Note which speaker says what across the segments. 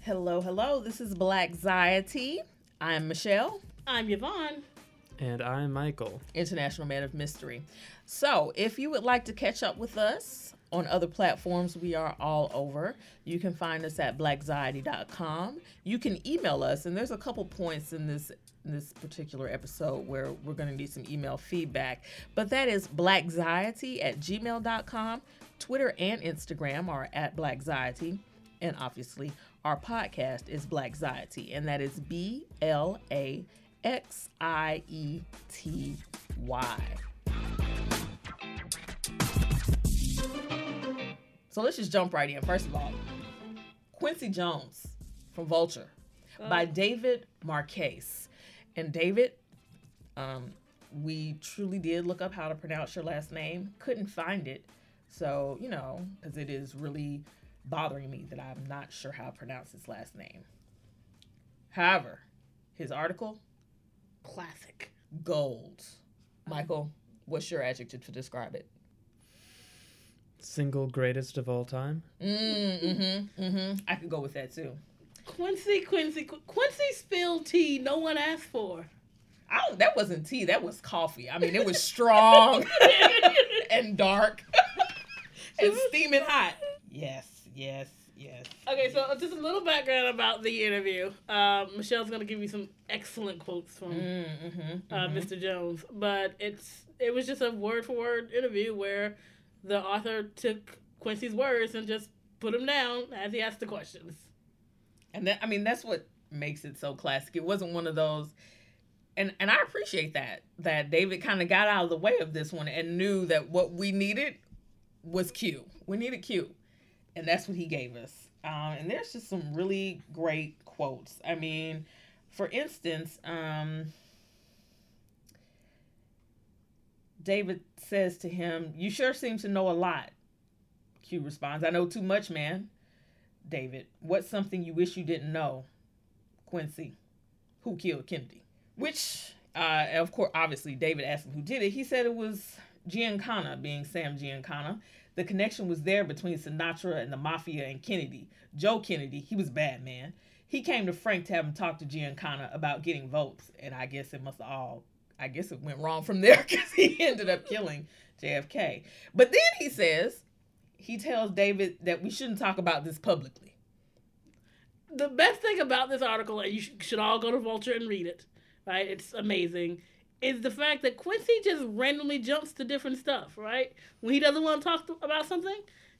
Speaker 1: Hello, hello. This is Black Ziety. I'm Michelle,
Speaker 2: I'm Yvonne.
Speaker 3: And I'm Michael.
Speaker 1: International Man of Mystery. So, if you would like to catch up with us on other platforms, we are all over. You can find us at blackziety.com. You can email us, and there's a couple points in this in this particular episode where we're going to need some email feedback. But that is blackziety at gmail.com. Twitter and Instagram are at blackziety. And obviously, our podcast is Black Ziety, and that is B L A X I E T Y. So let's just jump right in. First of all, Quincy Jones from Vulture by David Marquez. And David, um, we truly did look up how to pronounce your last name, couldn't find it. So, you know, because it is really bothering me that I'm not sure how to pronounce his last name. However, his article,
Speaker 2: Classic.
Speaker 1: gold. Michael, what's your adjective to describe it?
Speaker 3: Single greatest of all time.
Speaker 1: Mm hmm. Mm hmm. I could go with that too.
Speaker 2: Quincy, Quincy, Qu- Quincy spilled tea no one asked for.
Speaker 1: I don't, that wasn't tea. That was coffee. I mean, it was strong and dark and steaming hot. Yes, yes, yes.
Speaker 2: Okay, so just a little background about the interview. Uh, Michelle's going to give you some excellent quotes from
Speaker 1: Mm-hmm.
Speaker 2: uh, Mr. Jones, but it's it was just a word for word interview where the author took Quincy's words and just put them down as he asked the questions.
Speaker 1: And that, I mean, that's what makes it so classic. It wasn't one of those, and and I appreciate that that David kind of got out of the way of this one and knew that what we needed was Q. We needed Q, and that's what he gave us. Um, and there's just some really great quotes. I mean, for instance, um, David says to him, "You sure seem to know a lot." Q responds, "I know too much, man." David, what's something you wish you didn't know? Quincy, who killed Kennedy? Which, uh, of course, obviously, David asked him who did it. He said it was Giancana, being Sam Giancana. The connection was there between Sinatra and the mafia and Kennedy. Joe Kennedy, he was bad man. He came to Frank to have him talk to Giancana about getting votes, and I guess it must all, I guess it went wrong from there because he ended up killing JFK. But then he says, he tells David that we shouldn't talk about this publicly.
Speaker 2: the best thing about this article, and you sh- should all go to Vulture and read it, right? It's amazing, is the fact that Quincy just randomly jumps to different stuff, right? When he doesn't want to talk to, about something,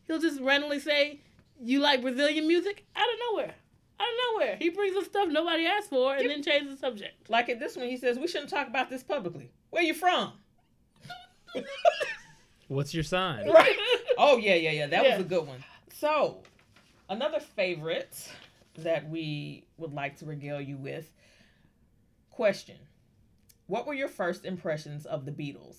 Speaker 2: he'll just randomly say, You like Brazilian music? Out of nowhere. Out of nowhere. He brings up stuff nobody asked for and then changes the subject.
Speaker 1: Like at this one, he says, We shouldn't talk about this publicly. Where you from?
Speaker 3: What's your sign?
Speaker 1: Right. Oh, yeah, yeah, yeah. That
Speaker 2: Yeah.
Speaker 1: was a good one. So, another favorite that we would like to regale you with question What were your first impressions of the Beatles?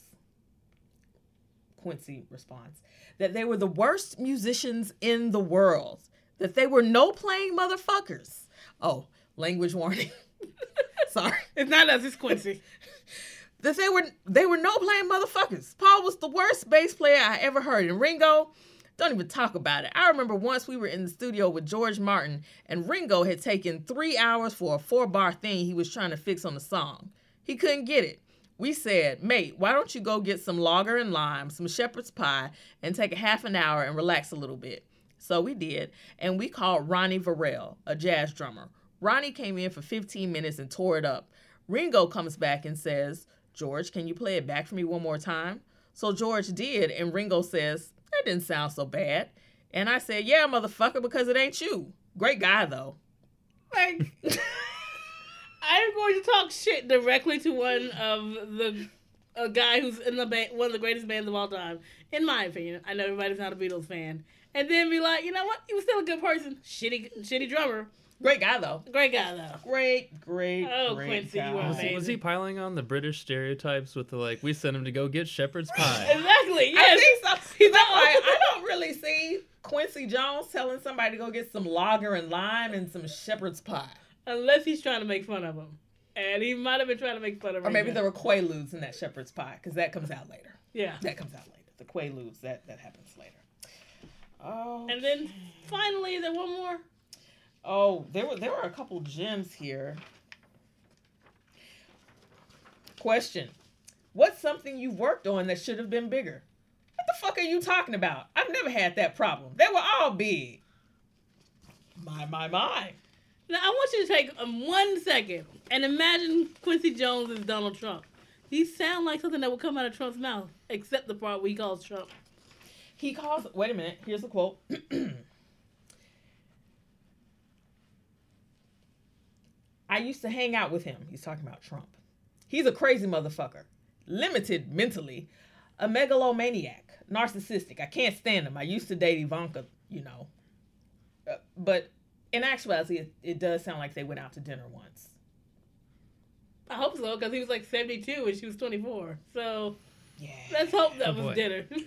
Speaker 1: Quincy responds that they were the worst musicians in the world, that they were no playing motherfuckers. Oh, language warning. Sorry.
Speaker 2: It's not us, it's Quincy.
Speaker 1: that they were they were no playing motherfuckers. Paul was the worst bass player I ever heard, and Ringo, don't even talk about it. I remember once we were in the studio with George Martin, and Ringo had taken three hours for a four bar thing he was trying to fix on the song. He couldn't get it. We said, mate, why don't you go get some lager and lime, some shepherd's pie, and take a half an hour and relax a little bit. So we did, and we called Ronnie Varell, a jazz drummer. Ronnie came in for 15 minutes and tore it up. Ringo comes back and says, George, can you play it back for me one more time? So George did, and Ringo says, That didn't sound so bad. And I said, Yeah, motherfucker, because it ain't you. Great guy, though.
Speaker 2: Like, I'm going to talk shit directly to one of the a guy who's in the band, one of the greatest bands of all time, in my opinion. I know everybody's not a Beatles fan, and then be like, you know what? He was still a good person. Shitty, shitty drummer.
Speaker 1: Great guy, though.
Speaker 2: Great guy though.
Speaker 1: Great, great,
Speaker 2: Oh,
Speaker 1: great
Speaker 2: Quincy, you
Speaker 1: guy.
Speaker 2: are
Speaker 3: Was he, was he piling on the British stereotypes with the like, we sent him to go get shepherd's pie?
Speaker 2: Exactly.
Speaker 1: I
Speaker 2: Yes.
Speaker 1: think so. He's not like, I don't really see Quincy Jones telling somebody to go get some lager and lime and some shepherd's pie.
Speaker 2: Unless he's trying to make fun of him, and he might have been trying to make fun of.
Speaker 1: Or maybe
Speaker 2: Ringo.
Speaker 1: there were quaaludes in that shepherd's pie, because that comes out later.
Speaker 2: Yeah.
Speaker 1: That comes out later. The quaaludes, that, that happens later. Oh.
Speaker 2: And then finally, is there one more?
Speaker 1: Oh, there were there were a couple gems here. Question: What's something you've worked on that should have been bigger? What the fuck are you talking about? I've never had that problem. They were all big. My my my.
Speaker 2: Now I want you to take um, one second and imagine Quincy Jones as Donald Trump. These sound like something that would come out of Trump's mouth, except the part where he calls Trump.
Speaker 1: He calls. Wait a minute. Here's the quote. I used to hang out with him. He's talking about Trump. He's a crazy motherfucker, limited mentally, a megalomaniac, narcissistic. I can't stand him. I used to date Ivanka, you know. Uh, but in actuality, it, it does sound like they went out to dinner once.
Speaker 2: I hope so, because he was like 72 and she was 24. So
Speaker 1: Yeah.
Speaker 2: let's hope that
Speaker 3: Oh,
Speaker 2: was
Speaker 3: boy.
Speaker 2: dinner.
Speaker 1: Woo,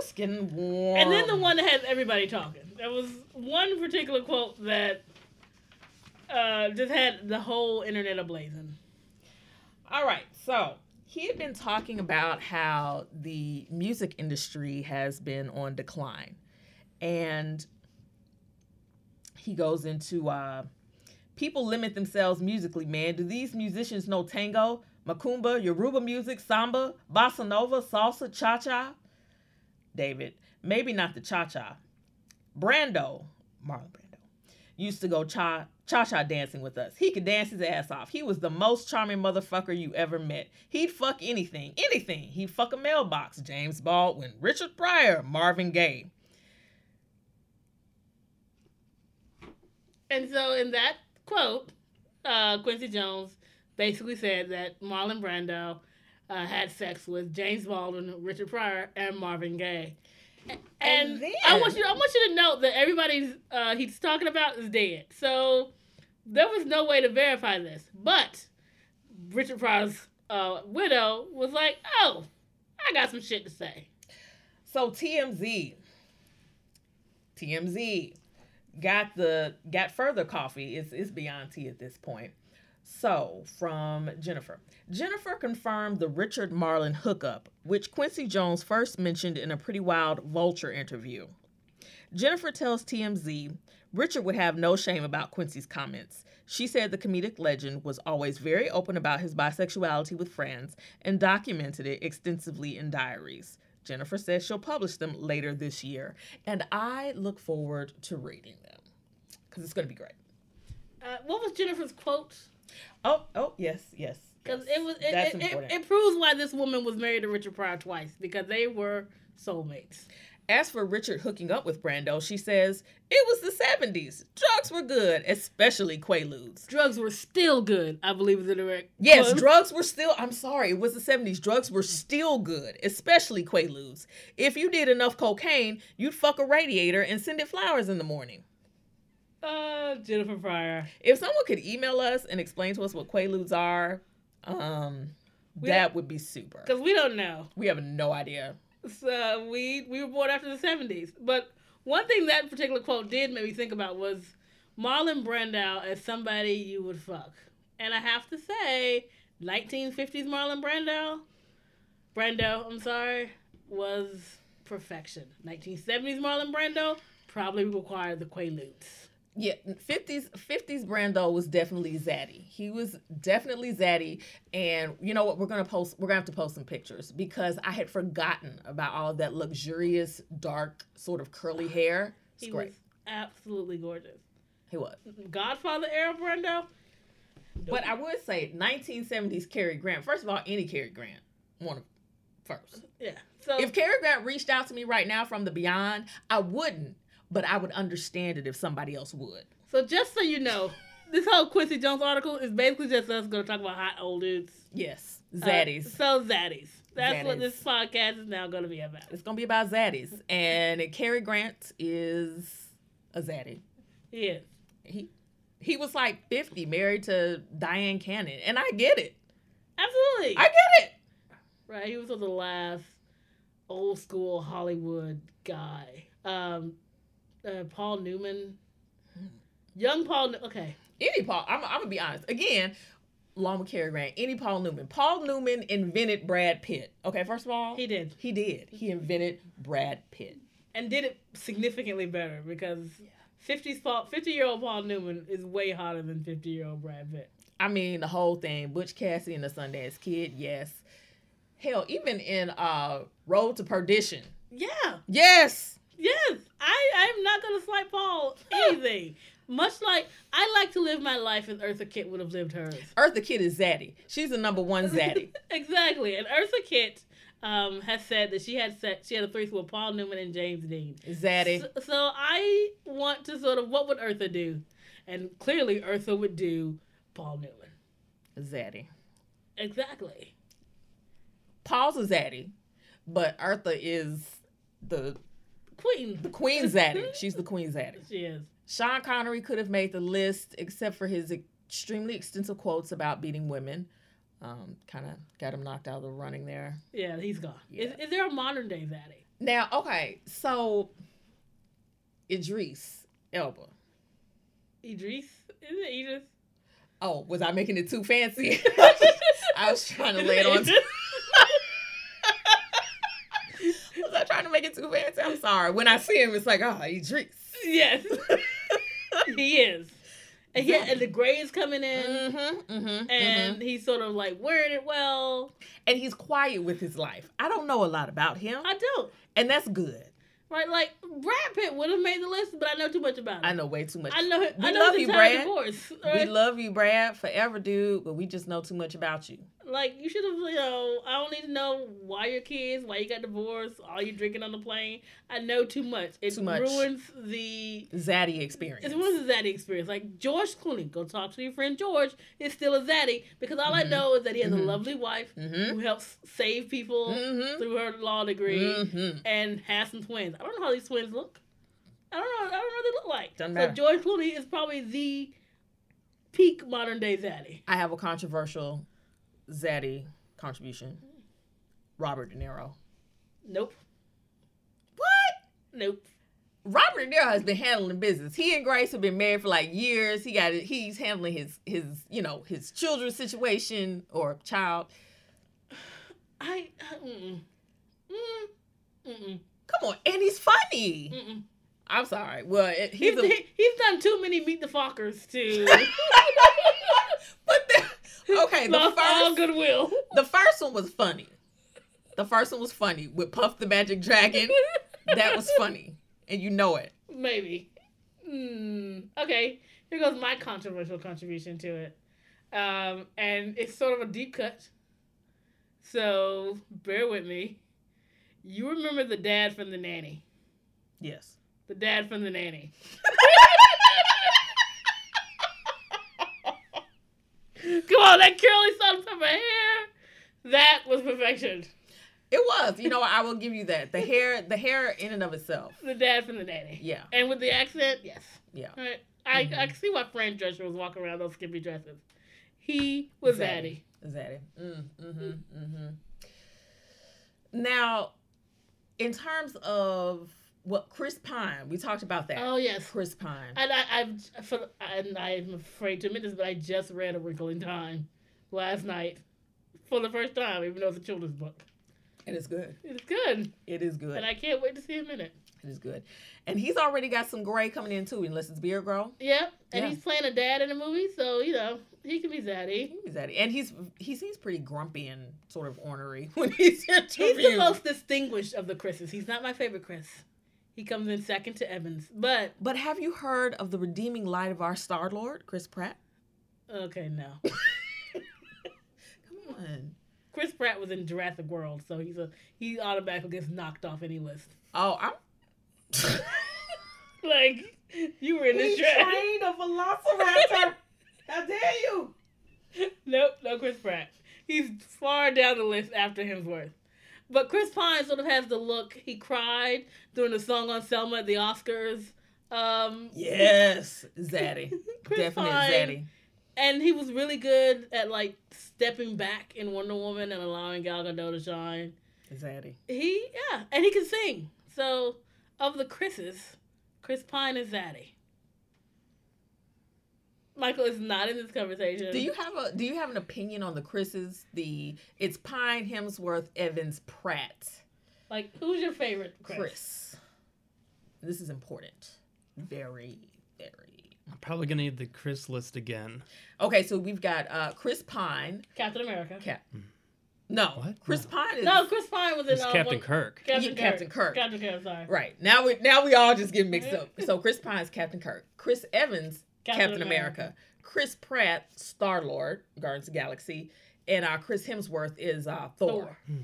Speaker 1: it's getting warm.
Speaker 2: and then the one that has everybody talking. There was one particular quote that uh, just had the whole internet ablazing.
Speaker 1: All right. So he had been talking about how the music industry has been on decline. And he goes into uh, people limit themselves musically, man. Do these musicians know tango, macumba, Yoruba music, samba, bossa nova, salsa, cha cha? David, maybe not the cha cha. Brando, Marlon Brando used to go cha cha cha dancing with us. He could dance his ass off. He was the most charming motherfucker you ever met. He'd fuck anything, anything. He'd fuck a mailbox. James Baldwin, Richard Pryor, Marvin Gaye.
Speaker 2: And so in that quote, uh, Quincy Jones basically said that Marlon Brando uh, had sex with James Baldwin, Richard Pryor, and Marvin Gaye. And,
Speaker 1: And then-
Speaker 2: I want you, I want you to note that everybody uh, he's talking about is dead. So there was no way to verify this. But Richard Pryor's uh, widow was like, "Oh, I got some shit to say."
Speaker 1: So TMZ, TMZ got the got further coffee. It's it's beyond tea at this point. So from Jennifer, Jennifer confirmed the Richard Marlin hookup, which Quincy Jones first mentioned in a Pretty Wild Vulture interview. Jennifer tells TMZ Richard would have no shame about Quincy's comments. She said the comedic legend was always very open about his bisexuality with friends and documented it extensively in diaries. Jennifer says she'll publish them later this year, and I look forward to reading them because it's going to be great.
Speaker 2: Uh, what was Jennifer's quote?
Speaker 1: Oh, oh, yes, yes.
Speaker 2: Because
Speaker 1: yes.
Speaker 2: it was it,
Speaker 1: That's
Speaker 2: it, it,
Speaker 1: important.
Speaker 2: it proves why this woman was married to Richard Pryor twice because they were soulmates.
Speaker 1: As for Richard hooking up with Brando, she says it was the 70s. Drugs were good, especially Quaaludes.
Speaker 2: Drugs were still good, I believe is the direct.
Speaker 1: Yes,
Speaker 2: quote.
Speaker 1: drugs were still. I'm sorry, it was the 70s. Drugs were still good, especially Quaaludes. If you did enough cocaine, you'd fuck a radiator and send it flowers in the morning.
Speaker 2: Uh, Jennifer Pryor.
Speaker 1: If someone could email us and explain to us what Quaaludes are, um,
Speaker 2: We-
Speaker 1: that would be super.
Speaker 2: Because we don't know.
Speaker 1: We have no idea.
Speaker 2: So uh, we we were born after the seventies. But one thing that particular quote did make me think about was Marlon Brando as somebody you would fuck. And I have to say, nineteen fifties Marlon Brando Brando, I'm sorry, was perfection. Nineteen seventies Marlon Brando probably required the Quaaludes.
Speaker 1: Yeah, 50s 50s Brando was definitely zaddy. He was definitely zaddy and you know what we're going to post we're going to have to post some pictures because I had forgotten about all that luxurious dark sort of curly hair. It's
Speaker 2: He
Speaker 1: great.
Speaker 2: was absolutely gorgeous.
Speaker 1: he was.
Speaker 2: Godfather era Brando.
Speaker 1: But I would say 1970s Cary Grant. First of all, any Cary Grant. One of first.
Speaker 2: Yeah. So
Speaker 1: If Cary Grant reached out to me right now from the beyond, I wouldn't, but I would understand it if somebody else would.
Speaker 2: So just so you know, this whole Quincy Jones article is basically just us going to talk about hot old dudes.
Speaker 1: Yes,
Speaker 2: Uh,
Speaker 1: zaddies.
Speaker 2: so zaddies. That's what
Speaker 1: Zaddies.
Speaker 2: this podcast is now going to be about.
Speaker 1: It's gonna be about zaddies, and Cary Grant is a zaddy.
Speaker 2: Yeah.
Speaker 1: He he was like fifty, married to Diane Cannon, and I get it.
Speaker 2: Absolutely.
Speaker 1: I get it.
Speaker 2: right. He was one of the last old school Hollywood guy. Um, uh, Paul Newman. Young Paul. Nu- Okay.
Speaker 1: Any Paul, I'm, I'm gonna be honest again. Along with Cary Grant, any Paul Newman. Paul Newman invented Brad Pitt. Okay, first of all,
Speaker 2: He did.
Speaker 1: he did. He invented Brad Pitt.
Speaker 2: And did it significantly better because 50s Paul, 50 year old Paul Newman is way hotter than 50 year old Brad Pitt.
Speaker 1: I mean, the whole thing, Butch Cassidy and the Sundance Kid, yes. Hell, even in uh, Road to Perdition,
Speaker 2: Yeah.
Speaker 1: yes.
Speaker 2: Yes, I I am not gonna slight Paul anything. Much like I like to live my life as Eartha Kitt would have lived hers.
Speaker 1: Eartha Kitt is Zaddy. She's the number one Zaddy.
Speaker 2: exactly, and Eartha Kitt um, has said that she had sex. She had a threesome with Paul Newman and James Dean.
Speaker 1: Zaddy.
Speaker 2: So, so I want to sort of what would Eartha do, and clearly Eartha would do Paul Newman.
Speaker 1: Zaddy.
Speaker 2: Exactly.
Speaker 1: Paul's a Zaddy, but Eartha is the
Speaker 2: Queen.
Speaker 1: the Queen Zaddy. She's the Queen Zaddy.
Speaker 2: She is.
Speaker 1: Sean Connery could have made the list except for his extremely extensive quotes about beating women. Um, kind of got him knocked out of the running there.
Speaker 2: Yeah, he's gone. Is,
Speaker 1: Yeah.
Speaker 2: is there a modern day Zaddy?
Speaker 1: Now, okay, so Idris Elba.
Speaker 2: Idris? Is it Idris?
Speaker 1: Oh, was I making it too fancy? I was trying to lay it on. was I trying to make it too fancy? I'm sorry. When I see him, it's like, oh, Idris.
Speaker 2: Yes. he is. And yeah, and the gray is coming in.
Speaker 1: Mm-hmm, mm-hmm,
Speaker 2: And he's sort of like wearing it well.
Speaker 1: and he's quiet with his life. I don't know a lot about him,
Speaker 2: I don't.
Speaker 1: and that's good.
Speaker 2: Right? Like Brad Pitt would have made the list, but I know too much about him.
Speaker 1: I know way too much.
Speaker 2: I know.
Speaker 1: We
Speaker 2: I know
Speaker 1: love
Speaker 2: his
Speaker 1: you,
Speaker 2: entire
Speaker 1: Brad.
Speaker 2: Divorce,
Speaker 1: We
Speaker 2: right?
Speaker 1: love you, Brad, forever, dude, but we just know too much about you.
Speaker 2: like you should have. You know, I don't need to know why your kids, why you got divorced, all you drinking on the plane. I know too much. It
Speaker 1: Too much.
Speaker 2: ruins the.
Speaker 1: Zaddy experience.
Speaker 2: It's one of the zaddy experience. Like George Clooney, go talk to your friend George. It's still a zaddy because all I
Speaker 1: Mhm.
Speaker 2: know is that he has a
Speaker 1: Mhm.
Speaker 2: lovely wife
Speaker 1: Mm-hmm.
Speaker 2: who helps save people
Speaker 1: Mm-hmm.
Speaker 2: through her law degree.
Speaker 1: Mm-hmm.
Speaker 2: and has some twins. I don't know how these twins look. I don't know. I don't know what they look like.
Speaker 1: Doesn't
Speaker 2: so
Speaker 1: matter.
Speaker 2: George Clooney is probably the peak modern day zaddy.
Speaker 1: I have a controversial Zaddy contribution. Robert De Niro.
Speaker 2: Nope.
Speaker 1: What?
Speaker 2: Nope.
Speaker 1: Robert De Niro has been handling business. He and Grace have been married for like years. He got he's handling his his you know his children's situation or child.
Speaker 2: I. I- Mm. Mm. Mm.
Speaker 1: Come on, and he's funny.
Speaker 2: Mm.
Speaker 1: I'm sorry. Well, it-
Speaker 2: He's,
Speaker 1: he's
Speaker 2: he's,
Speaker 1: a,
Speaker 2: he, he's done too many meet the Fockers to
Speaker 1: but the, okay. The
Speaker 2: lost all
Speaker 1: first
Speaker 2: goodwill.
Speaker 1: the first one was funny. The first one was funny with Puff the Magic Dragon. that was funny, and you know it.
Speaker 2: Maybe. Mm, okay. Here goes my controversial contribution to it. Um, and it's sort of a deep cut. So bear with me. You remember the dad from the nanny.
Speaker 1: Yes.
Speaker 2: The dad from the nanny. Come on, that curly salt pepper hair. That was perfection.
Speaker 1: It was, you know, I will give you that. The hair, the hair in and of itself.
Speaker 2: The dad from the nanny.
Speaker 1: Yeah,
Speaker 2: And with the accent, yes.
Speaker 1: yeah.
Speaker 2: All right. I, I
Speaker 1: Mhm.
Speaker 2: see why Fran Drescher was walking around those skimpy dresses. He was
Speaker 1: Zaddy.
Speaker 2: Zaddy.
Speaker 1: Is that it? Mm, mm-hmm, mm-hmm. Now, in terms of what Chris Pine, we talked about that.
Speaker 2: Oh yes.
Speaker 1: Chris Pine.
Speaker 2: And I, I've for, and I'm afraid to admit this, but I just read A Wrinkle in Time last night for the first time, even though it's a children's book.
Speaker 1: It is good.
Speaker 2: It's good,
Speaker 1: It is good.
Speaker 2: and I can't wait to see him in it.
Speaker 1: it is good. And he's already got some gray coming in too, unless it's beard grow.
Speaker 2: Yep. And
Speaker 1: Yeah.
Speaker 2: he's playing a dad in the movie, so you know he can be Zaddy.
Speaker 1: He's at it. And he's he seems pretty grumpy and sort of ornery when he's interviewed.
Speaker 2: He's the most distinguished of the Chris's. He's not my favorite Chris. He comes in second to Evans, but
Speaker 1: But have you heard of the redeeming light of our Star Lord, Chris Pratt?
Speaker 2: okay, no.
Speaker 1: Come on.
Speaker 2: Chris Pratt was in Jurassic World, so he's a he automatically gets knocked off any list.
Speaker 1: Oh, I'm
Speaker 2: Like you were in this trash.
Speaker 1: trained a velociraptor. How dare you?
Speaker 2: Nope, no Chris Pratt. He's far down the list after Hemsworth. But Chris Pine sort of has the look. He cried during the song on Selma at the Oscars. Um,
Speaker 1: Yes, Zaddy.
Speaker 2: Chris
Speaker 1: Definite
Speaker 2: Pine.
Speaker 1: Zaddy.
Speaker 2: and he was really good at like stepping back in Wonder Woman and allowing Gal Gadot to shine.
Speaker 1: Zaddy.
Speaker 2: He yeah, and he can sing. So of the Chris's, Chris Pine is Zaddy. Michael is not in this conversation.
Speaker 1: Do you have a do you have an opinion on the Chris's? The it's Pine, Hemsworth, Evans, Pratt,
Speaker 2: like who's your favorite Chris?
Speaker 1: Chris. This is important. very, very.
Speaker 3: I'm probably gonna need the Chris list again.
Speaker 1: Okay, so we've got uh Chris Pine.
Speaker 2: Captain America.
Speaker 1: Cap. No,
Speaker 3: What?
Speaker 1: Chris
Speaker 3: No.
Speaker 1: Pine is
Speaker 2: No, Chris Pine was in
Speaker 3: It's
Speaker 2: uh,
Speaker 3: Captain
Speaker 2: what-
Speaker 3: Kirk.
Speaker 1: Yeah,
Speaker 2: Captain,
Speaker 1: Captain Kirk.
Speaker 2: Captain Kirk. Sorry.
Speaker 1: right now. We now we all just get mixed up. So Chris Pine's Captain Kirk. Chris Evans, Captain, America. Chris Pratt, Star Lord, Guardians of the Galaxy, and uh, Chris Hemsworth is uh, Thor.
Speaker 2: Thor. Uh-huh.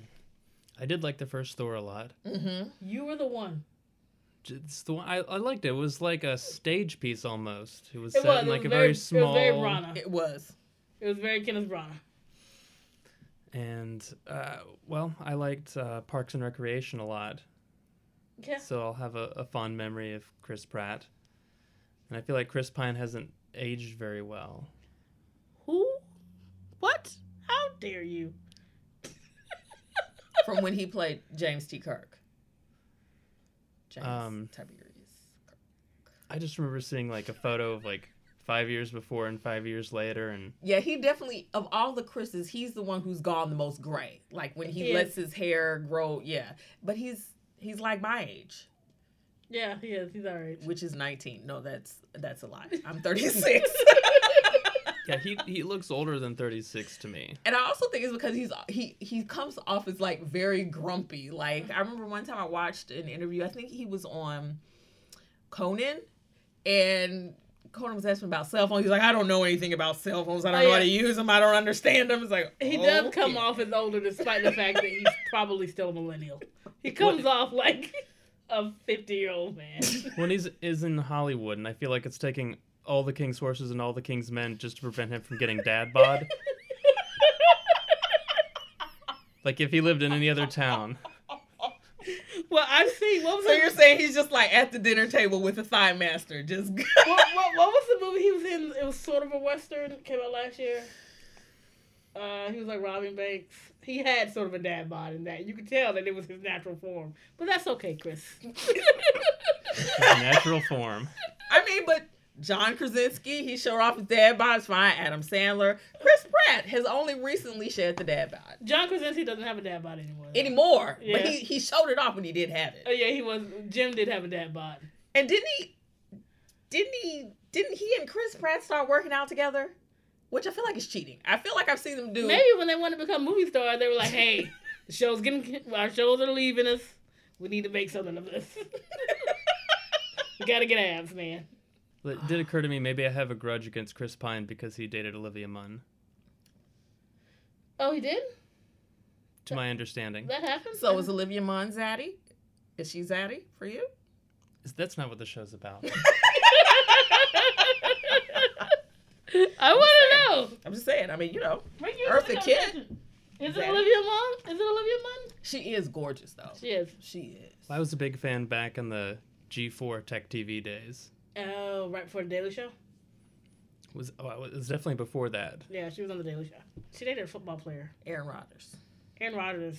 Speaker 3: I did like the first Thor a lot.
Speaker 1: Mm-hmm.
Speaker 2: You were the one.
Speaker 3: It's the one I, I liked. It. it was like a stage piece almost. It was
Speaker 2: It
Speaker 3: set
Speaker 2: was.
Speaker 3: in
Speaker 2: it
Speaker 3: like
Speaker 2: was
Speaker 3: a
Speaker 2: very,
Speaker 3: very small.
Speaker 2: It was very Rana.
Speaker 1: It was.
Speaker 2: It was very Kenneth Branagh.
Speaker 3: and uh, well, I liked uh, Parks and Recreation a lot.
Speaker 2: Yeah.
Speaker 3: So I'll have a, a fond memory of Chris Pratt. And I feel like Chris Pine hasn't aged very well.
Speaker 2: Who? What? How dare you?
Speaker 1: from when he played James T. Kirk. James
Speaker 3: Um,
Speaker 1: Tiberius. Kirk.
Speaker 3: I just remember seeing like a photo of like five years before and five years later, and
Speaker 1: Yeah, he definitely of all the Chris's, he's the one who's gone the most gray. Like when he
Speaker 2: He
Speaker 1: lets his hair grow, yeah. But he's he's like my age,
Speaker 2: Yeah, he is. He's all right.
Speaker 1: which is 19. No, that's that's a lie. I'm 36.
Speaker 3: yeah, he he looks older than thirty six to me.
Speaker 1: and I also think it's because he's he he comes off as like very grumpy. Like I remember one time I watched an interview. I think he was on Conan, and Conan was asking about cell phones. He's like, I don't know anything about cell phones. I don't
Speaker 2: Oh,
Speaker 1: know
Speaker 2: yeah.
Speaker 1: how to use them. I don't understand them. It's like
Speaker 2: He does come
Speaker 1: okay.
Speaker 2: off as older despite the fact that he's probably still a millennial. He comes off like a 50 year old man.
Speaker 3: When he's is in Hollywood, and I feel like it's taking all the king's horses and all the king's men just to prevent him from getting dad bod. like if he lived in any other town,
Speaker 2: well, I've seen. What was,
Speaker 1: So
Speaker 2: the-
Speaker 1: you're saying he's just like at the dinner table with a thigh master, just
Speaker 2: what, what, what was the movie he was in? It was sort of a Western, came out last year. Uh, he was like Robin Banks. He had sort of a dad bod in that. You could tell that it was his natural form. But that's okay, Chris.
Speaker 3: his natural form.
Speaker 1: I mean, but John Krasinski, he showed off his dad bod. It's fine. Adam Sandler, Chris Pratt has only recently shed the dad bod
Speaker 2: John Krasinski doesn't have a dad bod anymore. though.
Speaker 1: anymore, but
Speaker 2: Yeah.
Speaker 1: he he showed it off when he did have it.
Speaker 2: Oh yeah, he was. Jim did have a dad bod.
Speaker 1: And didn't he? Didn't he? Didn't he and Chris Pratt start working out together? Which I feel like is cheating. I feel like I've seen them do.
Speaker 2: Maybe when they wanted to become movie stars, they were like, "Hey, the show's getting our shows are leaving us. We need to make something of this. we gotta get abs, man."
Speaker 3: But it did occur to me maybe I have a grudge against Chris Pine because he dated Olivia Munn,
Speaker 2: Oh, he did.
Speaker 3: to my understanding.
Speaker 2: That happened.
Speaker 1: So is Olivia Munn zaddy? Is she zaddy for you?
Speaker 3: That's not what the show's about.
Speaker 2: I want to know.
Speaker 1: I'm just saying. I mean, you know,
Speaker 2: Bring your
Speaker 1: Eartha Kitt?
Speaker 2: Is it
Speaker 1: Zaddy.
Speaker 2: Olivia Munn? Is it Olivia Munn?
Speaker 1: she is gorgeous though.
Speaker 2: She is.
Speaker 1: She is.
Speaker 3: I was a big fan back in the G4 Tech TV days.
Speaker 2: Oh, right before the Daily Show.
Speaker 3: Was oh, it was definitely before that.
Speaker 2: Yeah, she was on the Daily Show. She dated a football player.
Speaker 1: Aaron Rodgers.
Speaker 2: Aaron Rodgers.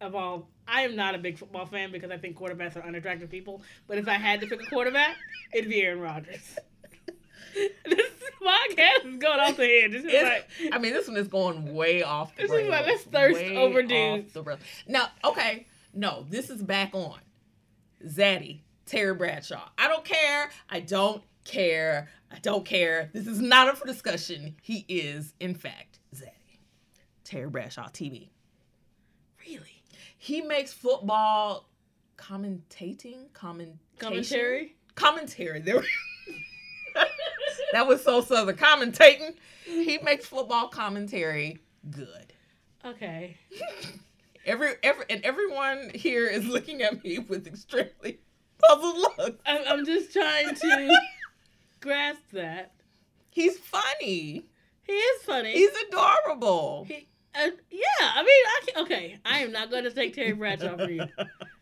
Speaker 2: Of all, I am not a big football fan because I think quarterbacks are unattractive people. But if I had to pick a quarterback, it'd be Aaron Rodgers. this podcast is going off the head. This is
Speaker 1: It's-
Speaker 2: like,
Speaker 1: I mean, this one is going way off the
Speaker 2: This is why
Speaker 1: rails,
Speaker 2: let's thirst
Speaker 1: way
Speaker 2: over
Speaker 1: off
Speaker 2: dudes.
Speaker 1: the rails. Now, okay, no, this is back on. Zaddy, Terry Bradshaw. I don't care. I don't care. I don't care. This is not up for discussion. He is, in fact, Zaddy. Terry Bradshaw TV.
Speaker 2: really
Speaker 1: He makes football commentating, commentation?
Speaker 2: commentary.
Speaker 1: commentary. There, that was so southern. Commentating. He makes football commentary good.
Speaker 2: Okay,
Speaker 1: Every every and everyone here is looking at me with extremely puzzled looks.
Speaker 2: I'm, I'm just trying to grasp that.
Speaker 1: He's funny.
Speaker 2: He is funny.
Speaker 1: He's adorable.
Speaker 2: He- uh, yeah, I mean, I can, okay, I am not going to take Terry Bradshaw for you.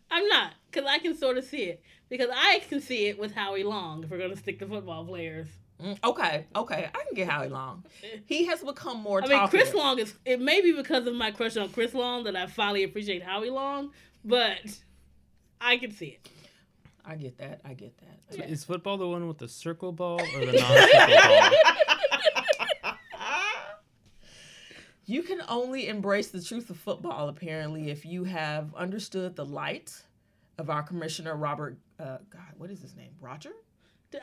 Speaker 2: I'm not, because I can sort of see it. Because I can see it with Howie Long, if we're going to stick to football players.
Speaker 1: Mm, Okay, okay, I can get Howie Long. He has become more.
Speaker 2: I mean, Chris
Speaker 1: talkative.
Speaker 2: Long is, it may be because of my crush on Chris Long that I finally appreciate Howie Long, but I can see it.
Speaker 1: I get that. I get that. I
Speaker 3: So
Speaker 1: get
Speaker 3: Is football the one with the circle ball or the non-circle ball?
Speaker 1: You can only embrace the truth of football, apparently, if you have understood the light of our commissioner, Robert, uh, God, what is his name? Roger?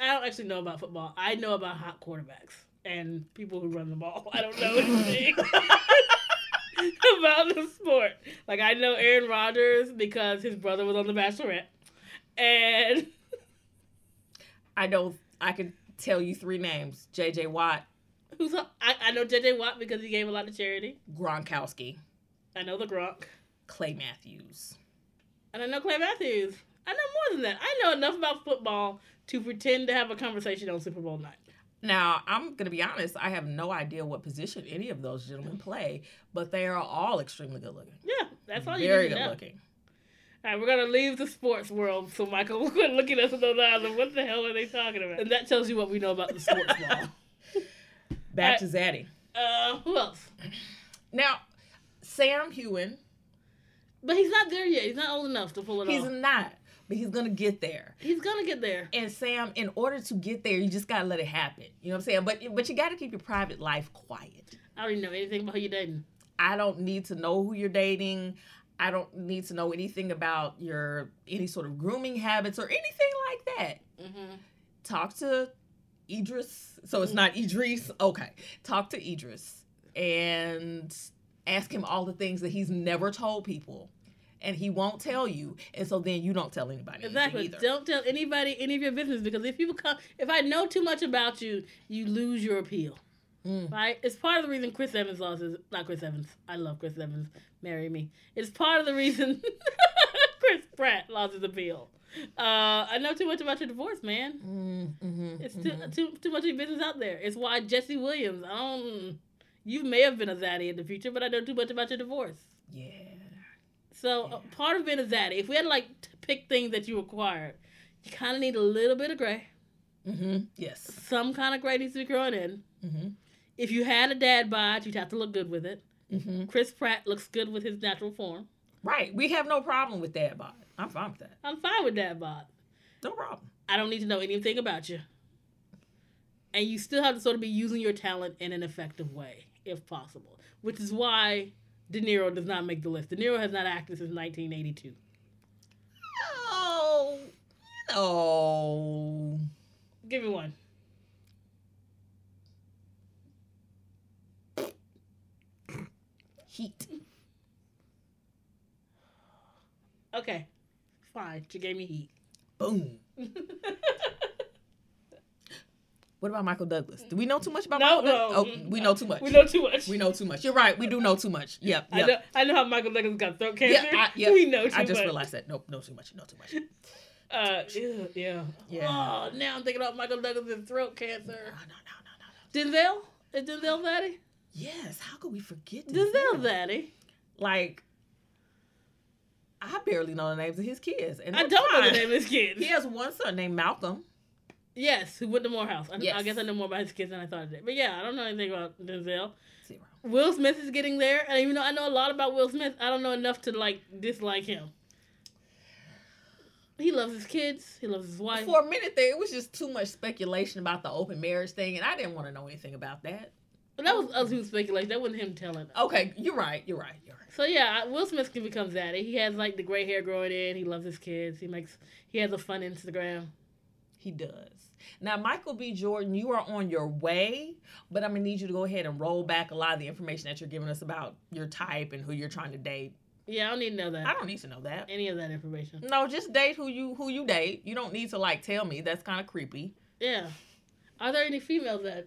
Speaker 2: I don't actually know about football. I know about hot quarterbacks and people who run the ball. I don't know anything about the sport. Like I know Aaron Rodgers because his brother was on The Bachelorette, and
Speaker 1: I don't. I could tell you three names: J.J. Watt,
Speaker 2: who's I, I know JJ Watt because he gave a lot to charity.
Speaker 1: Gronkowski,
Speaker 2: I know the Gronk,
Speaker 1: Clay Matthews.
Speaker 2: and I know Clay Matthews. I know more than that. I know enough about football to pretend to have a conversation on Super Bowl night.
Speaker 1: Now, I'm going to be honest. I have no idea what position any of those gentlemen play, but they are all extremely good looking.
Speaker 2: Yeah, that's all you
Speaker 1: Very
Speaker 2: need to
Speaker 1: good
Speaker 2: know.
Speaker 1: looking.
Speaker 2: All right, we're gonna leave the sports world so Michael quit looking us in those eyes and what the hell are they talking about? And that tells you what we know about the sports world.
Speaker 1: Back
Speaker 2: I-
Speaker 1: to Zaddy.
Speaker 2: Uh, who else?
Speaker 1: Now, Sam Hewen,
Speaker 2: But he's not there yet. He's not old enough to pull it
Speaker 1: he's
Speaker 2: off.
Speaker 1: not, but he's going to get there.
Speaker 2: He's gonna get there.
Speaker 1: And Sam, in order to get there, you just gotta let it happen. You know what I'm saying? But but you gotta keep your private life quiet.
Speaker 2: I don't even know anything about who you're dating.
Speaker 1: I don't need to know who you're dating. I don't need to know anything about your any sort of grooming habits or anything like that.
Speaker 2: Mm-hmm.
Speaker 1: Talk to Idris. So it's not Idris. Okay. Talk to Idris and ask him all the things that he's never told people. And he won't tell you. And so then you don't tell anybody. anything
Speaker 2: Exactly.
Speaker 1: Either.
Speaker 2: Don't tell anybody any of your business because if people come, if I know too much about you, you lose your appeal.
Speaker 1: Mm.
Speaker 2: Right? It's part of the reason Chris Evans lost his not Chris Evans. I love Chris Evans. Marry me. It's part of the reason Chris Pratt lost his appeal. Uh, I know too much about your divorce, man.
Speaker 1: Mm, mhm,
Speaker 2: It's
Speaker 1: mhm.
Speaker 2: too, too too much of your business out there. It's why Jesse Williams. I don't. You may have been a zaddy in the future, but I know too much about your divorce.
Speaker 1: yeah.
Speaker 2: So uh, part of being a zaddy, if we had to like t- pick things that you require, you kind of need a little bit of gray.
Speaker 1: Mm-hmm. Yes.
Speaker 2: Some kind of gray needs to be growing in.
Speaker 1: Mm-hmm.
Speaker 2: If you had a dad bod, you'd have to look good with it.
Speaker 1: Mm-hmm.
Speaker 2: Chris Pratt looks good with his natural form.
Speaker 1: Right. We have no problem with that, Bob. I'm fine with that.
Speaker 2: I'm fine with dad bod.
Speaker 1: No problem.
Speaker 2: I don't need to know anything about you. And you still have to sort of be using your talent in an effective way, if possible. Which is why De Niro does not make the list. De Niro has not acted since 1982.
Speaker 1: Oh, you know.
Speaker 2: Give me one.
Speaker 1: Heat.
Speaker 2: Okay, fine. She gave me heat.
Speaker 1: Boom. What about Michael Douglas? Do we know too much about
Speaker 2: No,
Speaker 1: Michael Douglas?
Speaker 2: no.
Speaker 1: Oh, we know too much.
Speaker 2: we know too much.
Speaker 1: We know too much. You're right. We do know too much. Yep.
Speaker 2: I know.
Speaker 1: yep.
Speaker 2: I know how Michael Douglas got throat
Speaker 1: Yeah,
Speaker 2: cancer.
Speaker 1: I, yeah,
Speaker 2: We know too
Speaker 1: I just
Speaker 2: much.
Speaker 1: realized that. Nope, know too much. Know too much.
Speaker 2: Uh, ew, yeah.
Speaker 1: Yeah.
Speaker 2: Oh, now I'm thinking about Michael Douglas and throat cancer.
Speaker 1: No, no, no, no, no.
Speaker 2: Denzel is Denzel daddy.
Speaker 1: Yes. How could we forget this?
Speaker 2: Denzel daddy.
Speaker 1: Like, I barely know the names of his kids. And
Speaker 2: I
Speaker 1: they're
Speaker 2: don't know the
Speaker 1: fine.
Speaker 2: name of his kids.
Speaker 1: He has one son named Malcolm.
Speaker 2: Yes, who went to Morehouse. I, I
Speaker 1: Yes.
Speaker 2: guess I know more about his kids than I thought I did. But yeah, I don't know anything about Denzel.
Speaker 1: Zero.
Speaker 2: Will Smith is getting there, and even though I know a lot about Will Smith, I don't know enough to like dislike him. He loves his kids. He loves his wife.
Speaker 1: For a minute there, it was just too much speculation about the open marriage thing, and I didn't want to know anything about that.
Speaker 2: But that was us who speculation. That wasn't him telling. us.
Speaker 1: Okay, you're right. You're right. You're right.
Speaker 2: So yeah, I- Will Smith can become zaddy. He has like the gray hair growing in. He loves his kids. He makes. He has a fun Instagram.
Speaker 1: He does. Now, Michael B. Jordan, you are on your way, but I'm gonna need you to go ahead and roll back a lot of the information that you're giving us about your type and who you're trying to date.
Speaker 2: Yeah, I don't need to know that.
Speaker 1: I don't need to know that.
Speaker 2: any of that information.
Speaker 1: No, just date who you who you date. You don't need to like tell me. That's kind of creepy.
Speaker 2: Yeah. Are there any females that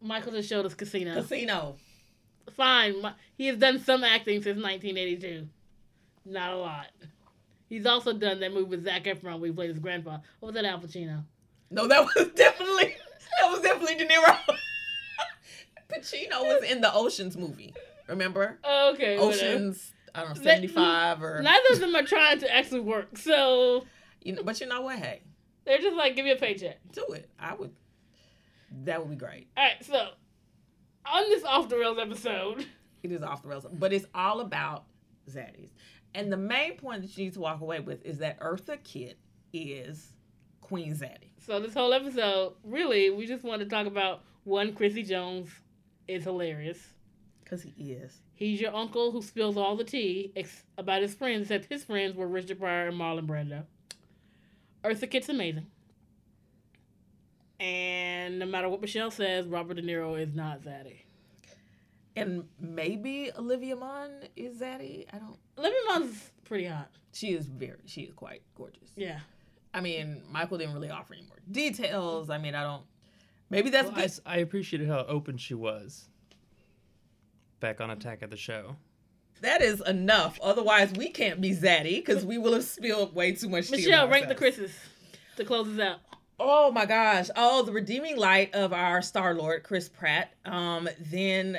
Speaker 2: Michael just showed us Casino?
Speaker 1: Casino.
Speaker 2: Fine. Mi- He has done some acting since 1982. Not a lot. He's also done that movie with Zac Efron where he played his grandpa. What was that, Al Pacino?
Speaker 1: No, that was definitely that was definitely De Niro. Pacino was in the Ocean's movie. Remember?
Speaker 2: Okay. whatever.
Speaker 1: Oceans, I don't know,
Speaker 2: That-
Speaker 1: 75 or.
Speaker 2: Neither of them are trying to actually work, so
Speaker 1: you know, but you know what? Hey,
Speaker 2: they're just like, give me a paycheck.
Speaker 1: do it. I would. That would be great.
Speaker 2: All right, so on this off the rails episode,
Speaker 1: It is off the rails. But it's all about Zaddies. And the main point that you need to walk away with is that Eartha Kitt is Queen Zaddy.
Speaker 2: so this whole episode, really, we just want to talk about one Chrissy Jones is hilarious.
Speaker 1: Because he is.
Speaker 2: He's your uncle who spills all the tea ex- about his friends, except his friends were Richard Pryor and Marlon Brando. Eartha Kitt's amazing. And no matter what Michelle says, Robert De Niro is not Zaddy.
Speaker 1: And maybe Olivia Munn is Zaddy. I don't.
Speaker 2: Olivia Munn's pretty hot.
Speaker 1: She is very. She is quite gorgeous.
Speaker 2: Yeah.
Speaker 1: I mean, Michael didn't really offer any more details. I mean, I don't. Maybe that's.
Speaker 3: Well, I, s- I appreciated how open she was back on Attack of the Show.
Speaker 1: that is enough. Otherwise, we can't be Zaddy because we will have spilled way too much. tea
Speaker 2: Michelle,
Speaker 1: amongst
Speaker 2: rank the
Speaker 1: us.
Speaker 2: Chris's to close this out.
Speaker 1: Oh my gosh. Oh, the redeeming light of our Star Lord, Chris Pratt. Um, then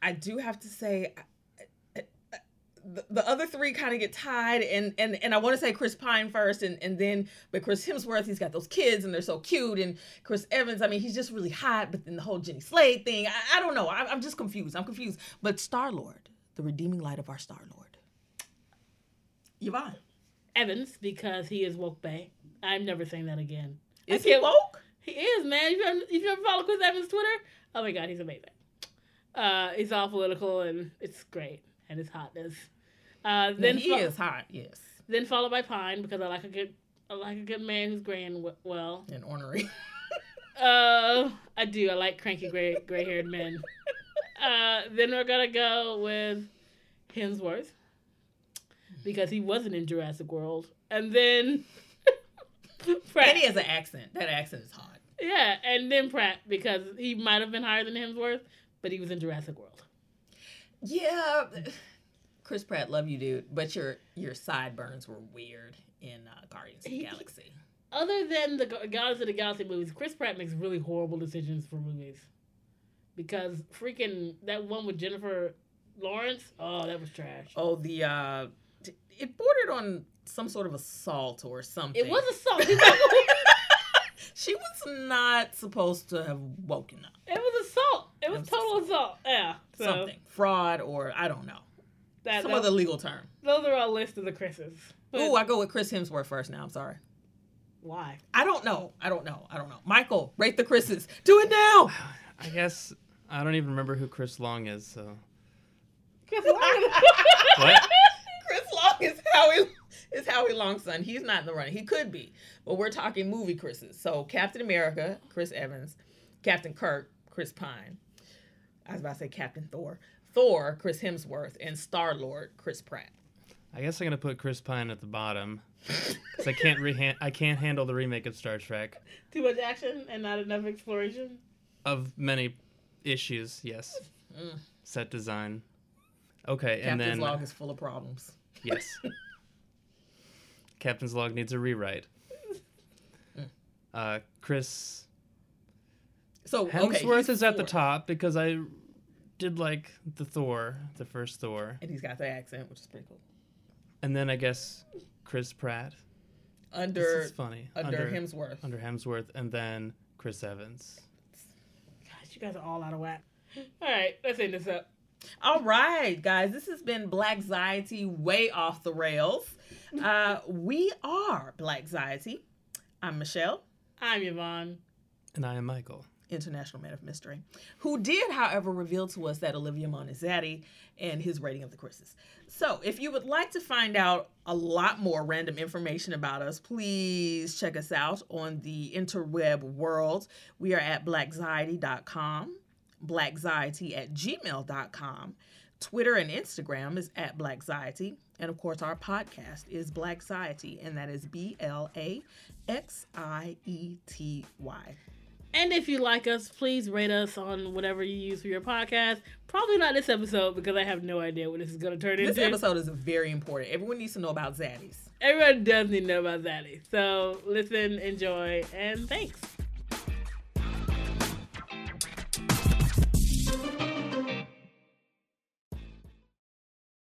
Speaker 1: I do have to say I- I- I- the, the other three kind of get tied and and and I want to say Chris Pine first and and then but Chris Hemsworth, he's got those kids and they're so cute and Chris Evans, I mean, he's just really hot, but then the whole Jenny Slade thing, I, I don't know. I, I'm just confused. I'm confused. But Star Lord, the redeeming light of our Star Lord. Yvonne.
Speaker 2: Evans, because he is woke bay. I'm never saying that again. I
Speaker 1: Is he
Speaker 2: can't-
Speaker 1: woke?
Speaker 2: He is, man. If you ever, if you ever follow Chris Evans' Twitter, oh my god, he's amazing. Uh, he's all political and it's great and his hotness. Uh, then
Speaker 1: he
Speaker 2: fo-
Speaker 1: is hot, yes.
Speaker 2: Then followed by Pine because I like a good, I like a good man who's gray and w- well.
Speaker 1: And ornery.
Speaker 2: Uh, I do. I like cranky gray gray haired men. Uh, then we're gonna go with Hemsworth because he wasn't in Jurassic World, and then Pratt.
Speaker 1: And he has an accent. That accent is hot.
Speaker 2: Yeah, and then Pratt because he might have been higher than Hemsworth, but he was in Jurassic World.
Speaker 1: Yeah. Chris Pratt, love you, dude. But your your sideburns were weird in uh, Guardians of the
Speaker 2: He-
Speaker 1: Galaxy.
Speaker 2: Other than the Gu- Guardians of the Galaxy movies, Chris Pratt makes really horrible decisions for movies because freaking that one with Jennifer Lawrence. Oh, that was trash.
Speaker 1: Oh, the uh, t- it bordered on some sort of assault or something.
Speaker 2: It was a song.
Speaker 1: she was not supposed to have woken up.
Speaker 2: It was assault. It was
Speaker 1: was
Speaker 2: total assault. Yeah. So
Speaker 1: Something fraud or I don't know
Speaker 2: That,
Speaker 1: some
Speaker 2: those,
Speaker 1: other legal term.
Speaker 2: those are our list of the Chris's. But
Speaker 1: Ooh, I go with Chris Hemsworth first. Now I'm sorry.
Speaker 2: why?
Speaker 1: I don't know. I don't know. I don't know. Michael, rate the Chris's. Do it now.
Speaker 3: I guess I don't even remember who Chris Long is, so.
Speaker 2: Chris Long.
Speaker 3: What?
Speaker 1: Chris Long is Howie is Howie Long's son. He's not in the running. He could be, but we're talking movie Chris's. So Captain America, Chris Evans, Captain Kirk, Chris Pine. I was about to say Captain Thor, Thor, Chris Hemsworth, and Star Lord, Chris Pratt.
Speaker 3: I guess I'm gonna put Chris Pine at the bottom because I can't rehan I can't handle the remake of Star Trek
Speaker 2: Too much action and not enough exploration.
Speaker 3: of many issues. Yes,
Speaker 1: Mm.
Speaker 3: set design. Okay, and
Speaker 1: Captain's
Speaker 3: then
Speaker 1: log is full of problems.
Speaker 3: yes, Captain's log needs a rewrite. Uh, Chris
Speaker 1: So okay,
Speaker 3: Hemsworth
Speaker 1: he's
Speaker 3: is at the
Speaker 1: Thor,
Speaker 3: top because I did like the Thor, the first Thor,
Speaker 1: and he's got the accent, which is pretty cool.
Speaker 3: and then I guess Chris Pratt. this
Speaker 1: Under
Speaker 3: is funny.
Speaker 1: under, Hemsworth.
Speaker 3: under Hemsworth, and then Chris Evans.
Speaker 2: Gosh, you guys are all out of whack. All right, let's end this up.
Speaker 1: All right, guys, this has been Black Ziety way off the rails. Uh, we are Black Ziety. I'm Michelle,
Speaker 2: I'm Yvonne.
Speaker 3: And I am Michael.
Speaker 1: International Man of Mystery, who did, however, reveal to us that Olivia Munn is Zaddy and his rating of the Chris's. So, if you would like to find out a lot more random information about us, please check us out on the interweb world. We are at blackziety.com, blackziety at gmail.com. Twitter and Instagram is at Blackxiety. And of course, our podcast is Blackxiety, and that is B L A X I E T Y.
Speaker 2: And if you like us, please rate us on whatever you use for your podcast. Probably not this episode because I have no idea what this is going to turn
Speaker 1: This
Speaker 2: into.
Speaker 1: episode is very important. Everyone needs to know about Zaddies.
Speaker 2: Everyone does need to know about Zaddy. So listen, enjoy, and thanks.